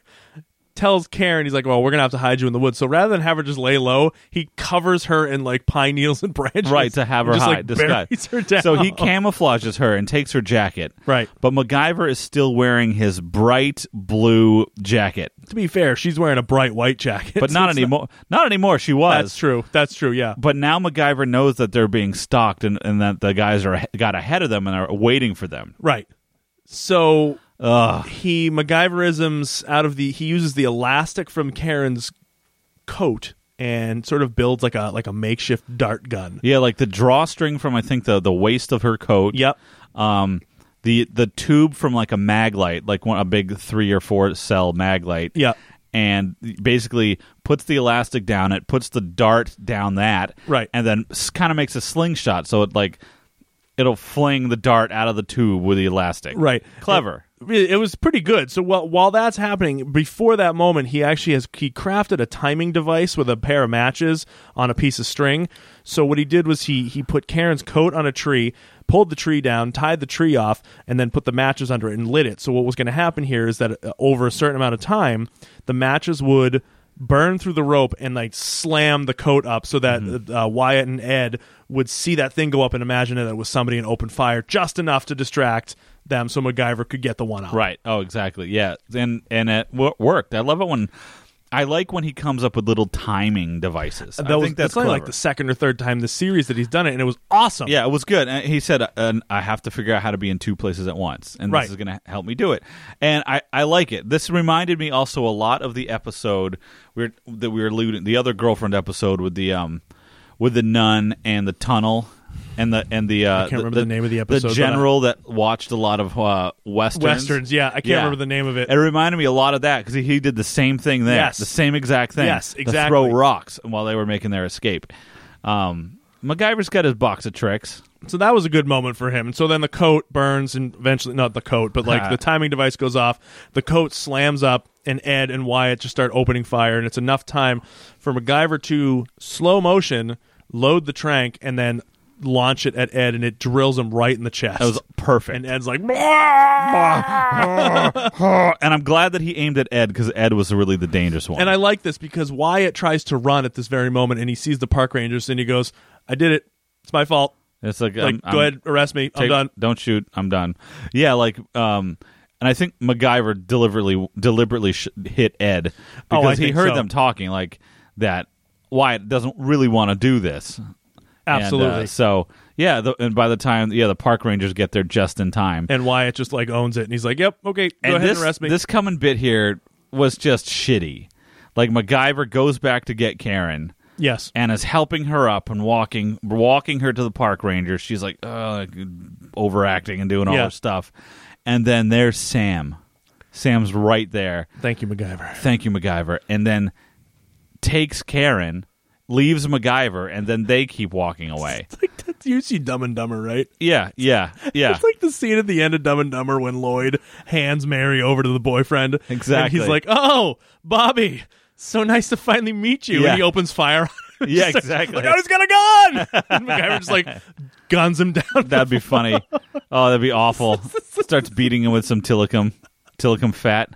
tells Karen, he's like, "Well, we're gonna have to hide you in the woods." So rather than have her just lay low, he covers her in like pine needles and branches, Right to have her and just, hide, like, disguise. buries her down. So he camouflages her and takes her jacket. Right. But MacGyver is still wearing his bright blue jacket, To be fair, she's wearing a bright white jacket, but so not it's anymore. Not anymore. She was. That's true. That's true. Yeah. But now MacGyver knows that they're being stalked and, and that the guys are got ahead of them and are waiting for them. Right. So he MacGyverisms out of the he uses the elastic from Karen's coat and sort of builds like a like a makeshift dart gun. Yeah, like the drawstring from I think the the waist of her coat. Yep. um, the the tube from like a mag light, like one, a big three or four cell mag light. Yeah. And basically puts the elastic down. It puts the dart down that. Right. And then kind of makes a slingshot. So it like it'll fling the dart out of the tube with the elastic. Right. Clever. it, it was pretty good. So while while that's happening, before that moment, he actually has he crafted a timing device with a pair of matches on a piece of string. So what he did was he he put Karen's coat on a tree, pulled the tree down, tied the tree off, and then put the matches under it and lit it. So what was going to happen here is that uh, over a certain amount of time, the matches would burn through the rope and like slam the coat up so that Mm-hmm. uh, Wyatt and Ed would see that thing go up and imagine that it was somebody and open fire just enough to distract them so MacGyver could get the one out. Right. Oh, exactly. Yeah. And and it w- worked. I love it when I like when he comes up with little timing devices. I That was think that's only like clever. the second or third time this series that he's done it, and it was awesome. Yeah, it was good. And he said, uh, "I have to figure out how to be in two places at once, and Right. this is going to help me do it." And I, I like it. This reminded me also a lot of the episode we're, that we were alluding the other girlfriend episode with the um with the nun and the tunnel and the and the uh, can't remember the name of the episode, The but I- general that watched a lot of uh, westerns. Westerns, yeah, I can't remember the name of it. It reminded me a lot of that because he, he did the same thing there, Yes. the same exact thing. Yes, to exactly. throw rocks while they were making their escape. Um, MacGyver's got his box of tricks. So that was a good moment for him. And so then the coat burns and eventually not the coat, but like the timing device goes off, the coat slams up and Ed and Wyatt just start opening fire and it's enough time for MacGyver to slow motion load the trank and then launch it at Ed and it drills him right in the chest. That was perfect. and Ed's like "Bwah!" and I'm glad that he aimed at Ed because Ed was really the dangerous one. And I like this because Wyatt tries to run at this very moment and he sees the park rangers and he goes, I did it. It's my fault. it's like, Like, I'm- go I'm- ahead, arrest me. I'm take- done. Don't shoot. I'm done. Yeah, like, um, and I think MacGyver deliberately deliberately sh- hit Ed Oh, I because he think heard so. them talking like that. Wyatt doesn't really want to do this. And, uh, Absolutely. And, so yeah, the, and by the time yeah the park rangers get there just in time. Wyatt just like owns it and he's like, Yep, okay, go and ahead this and arrest me. this coming bit here was just shitty. Like MacGyver goes back to get Karen. yes. and is helping her up and walking walking her to the park ranger. She's like, uh, like, overacting and doing all Yeah. her stuff. And then there's Sam. Sam's right there. Thank you, MacGyver. Thank you, MacGyver. And then takes Karen, leaves MacGyver, and then they keep walking away. you see Dumb and Dumber, right? Yeah, yeah, yeah. It's like the scene at the end of Dumb and Dumber when Lloyd hands Mary over to the boyfriend. And Exactly. he's like, "Oh, Bobby, so nice to finally meet you." Yeah. And he opens fire. on her. Yeah, She's like, exactly. Look out, he's got a gun. and MacGyver just like guns him down. That'd be funny. Oh, that'd be awful. Starts beating him with some tilicum, tilicum fat.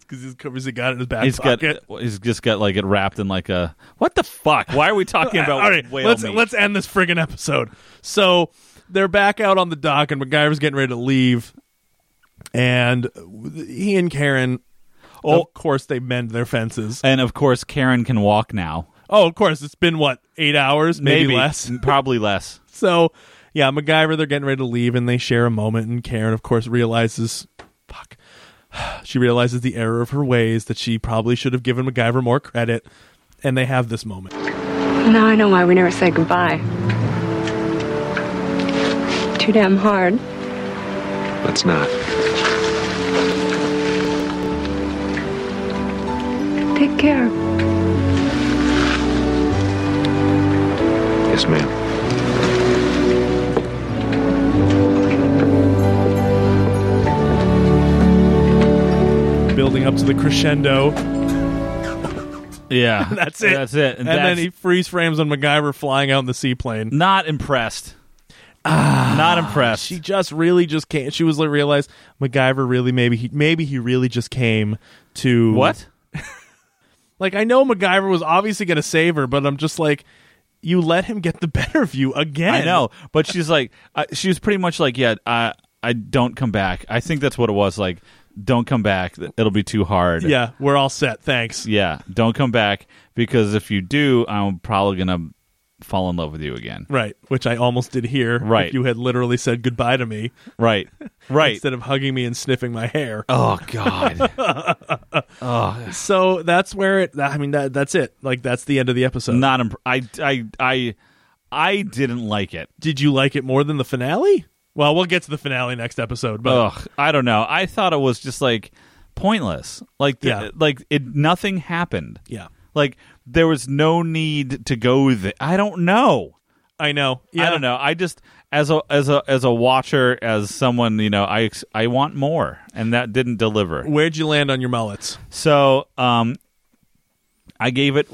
because he covers he got in his back He's got, pocket. he's just got like it wrapped in like a what the fuck? Why are we talking about All right, whale let's meat? let's end this friggin' episode. So they're back out on the dock, and MacGyver's getting ready to leave, and he and Karen. Oh. of course, they mend their fences. and of course, Karen can walk now. Oh, of course, it's been what eight hours, maybe, less. probably less. So, yeah, MacGyver. They're getting ready to leave, and they share a moment. And Karen, of course, realizes, fuck, she realizes the error of her ways that she probably should have given MacGyver more credit. And they have this moment. Now I know why we never said goodbye. Too damn hard. Let's not. Take care. Yes, ma'am. building up to the crescendo. Yeah, That's it. That's it. And, that's then he freeze frames on MacGyver flying out in the seaplane. not impressed. not impressed. Ah, She just really just came. She was like realized MacGyver really maybe he maybe he really just came to what? Like I know MacGyver was obviously going to save her, but I'm just like, you let him get the better of you again. I know, but she's like, uh, she was pretty much like, yeah, I, I don't come back. I think that's what it was like. Don't come back. It'll be too hard. Yeah, we're all set. Thanks. yeah. Don't come back because if you do, I'm probably gonna fall in love with you again. Right, which I almost did here. Right. if you had literally said goodbye to me Right. Right. instead of hugging me and sniffing my hair. oh God. Oh, So that's where it. I mean, that that's it. Like that's the end of the episode. not. Imp- I. I. I. I didn't like it. Did you like it more than the finale? Well, we'll get to the finale next episode, but Ugh, I don't know. I thought it was just like pointless. Like, the, Yeah. like it. Nothing happened. yeah, Like there was no need to go. Th- I don't know. I know. Yeah. I don't know. I just as a as a as a watcher, as someone you know, I ex- I want more, and that didn't deliver. Where'd you land on your mullets? So um, I gave it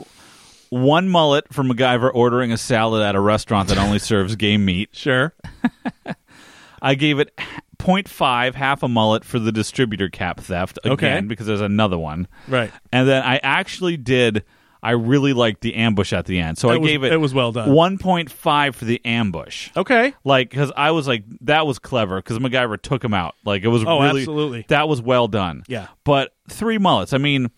one mullet for MacGyver ordering a salad at a restaurant that only serves game meat. Sure. I gave it h- 0.5, half a mullet for the distributor cap theft again Okay. because there's another one. Right. And then I actually did. I really liked the ambush at the end, so I It was- gave it. it was well done. 1.5 for the ambush. Okay. Like, because I was like, that was clever because MacGyver took him out. Like, it was Oh, really absolutely. that was well done. Yeah. but three mullets. I mean,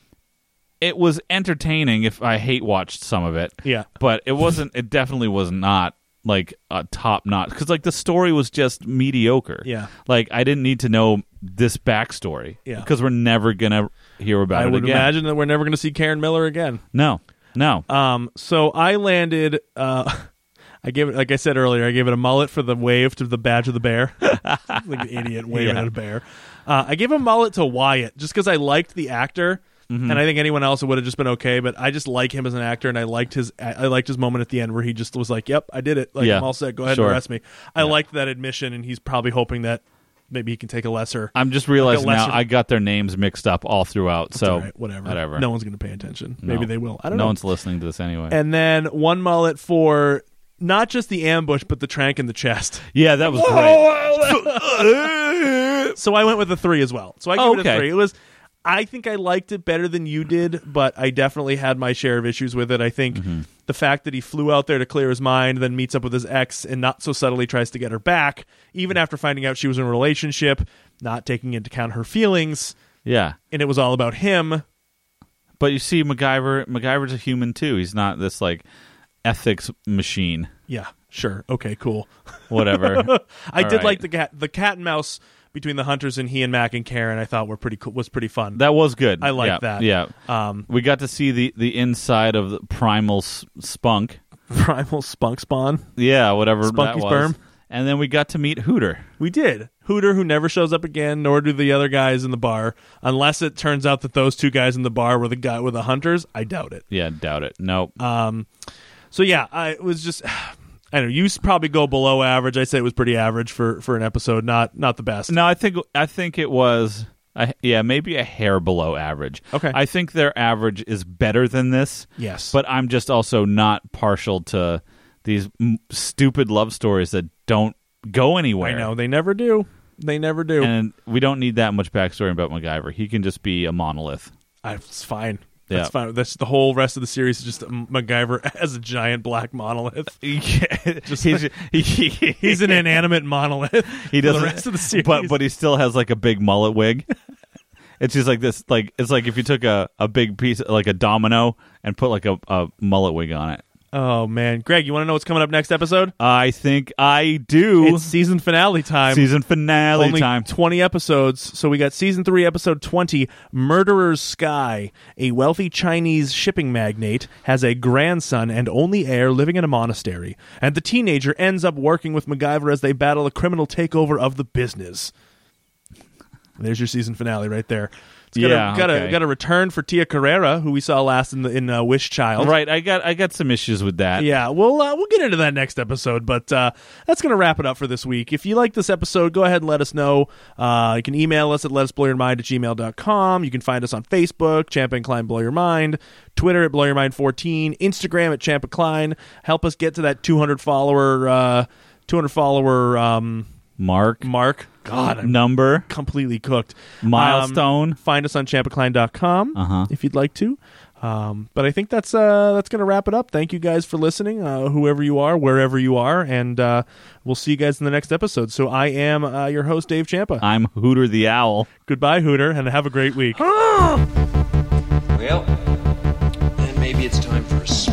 it was entertaining. If I hate watched some of it. Yeah. but it wasn't. it definitely was not like a top notch because like the story was just mediocre. Yeah. like I didn't need to know this backstory. Yeah. because we're never gonna hear about I it would again. imagine that we're never going to see Karen Miller again. No, no. Um, so I landed. Uh, I gave it, like I said earlier, I gave it a mullet for the wave to the badge of the bear, like an idiot waving Yeah. at a bear. Uh, I gave a mullet to Wyatt just because I liked the actor, Mm-hmm. and I think anyone else would have just been okay. But I just like him as an actor, and I liked his, I I liked his moment at the end where he just was like, "Yep, I did it. Like Yeah. I'm all set. Go ahead Sure. and arrest me." I liked that admission, and he's probably hoping that maybe he can take a lesser. I'm just realizing lesser- now I got their names mixed up all throughout. So All right, whatever, whatever. No one's going to pay attention. No. Maybe they will. I don't no know. one's listening to this anyway. and then one mullet for not just the ambush, but the trank in the chest. yeah, that was great. So I went with the three as well. So I gave Oh, it okay. a three. It was, I think I liked it better than you did, but I definitely had my share of issues with it. I think the fact that he flew out there to clear his mind, then meets up with his ex, and not so subtly tries to get her back, even after finding out she was in a relationship, not taking into account her feelings, yeah, and it was all about him. but you see, MacGyver, MacGyver's a human too. He's not this like ethics machine. Yeah, sure, okay, cool. Whatever. I All did right. like the cat, the cat and mouse between the hunters and he and Mac and Karen. I thought were pretty cool. Was pretty fun. that was good. I like Yeah, that. Yeah, Um, we got to see the the inside of the primal s- spunk. primal spunk spawn. Yeah, whatever that Spunky was. sperm. And then we got to meet Hooter. We did Hooter, who never shows up again, nor do the other guys in the bar, unless it turns out that those two guys in the bar were the guy were the hunters. I doubt it. Yeah, doubt it. Nope. So yeah, I it was just. I don't know you s- probably go below average. I say it was pretty average for for an episode. Not not the best. No, I think I think it was. I, yeah, maybe a hair below average. Okay. I think their average is better than this. Yes. But I'm just also not partial to these m- stupid love stories that don't go anywhere. I know they never do. They never do. And we don't need that much backstory about MacGyver. He can just be a monolith. I, it's fine. Yeah. That's fine. That's the whole rest of the series is just MacGyver as a giant black monolith. Yeah, he's, he, He's an inanimate monolith. he doesn't for the rest of the series, but but he still has like a big mullet wig. It's just like this, like it's like if you took a, a big piece, like a domino, and put like a, a mullet wig on it. oh man, Greg, you want to know what's coming up next episode? I think I do. It's season finale time. season finale Only time. 20 episodes. So we got season 3, episode 20 Murderer's Sky. A wealthy Chinese shipping magnate has a grandson and only heir living in a monastery. And the teenager ends up working with MacGyver as they battle a criminal takeover of the business. There's your season finale right there. It's got, Yeah, a, got, okay. a, got a return for Tia Carrera, who we saw last in the in uh, Wish Child. right, I got I got some issues with that. Yeah, we'll uh, we'll get into that next episode, but uh, that's going to wrap it up for this week. If you like this episode, go ahead and let us know. Uh, you can email us at letusblowyourmind at gmail.com. You can find us on Facebook, Champ and Klein Blow Your Mind, Twitter at Blow Your Mind 14, Instagram at Champ and Klein. Help us get to that 200 follower, uh, 200 follower um, Mark, mark. God, I'm number, completely cooked. milestone. Um, find us on champacline.com Uh-huh. if you'd like to. Um, but I think that's uh, that's going to wrap it up. Thank you guys for listening, uh, whoever you are, wherever you are, and uh, we'll see you guys in the next episode. So I am uh, your host, Dave Champa. I'm Hooter the Owl. Goodbye, Hooter, and have a great week. Well, And maybe it's time for a smoke.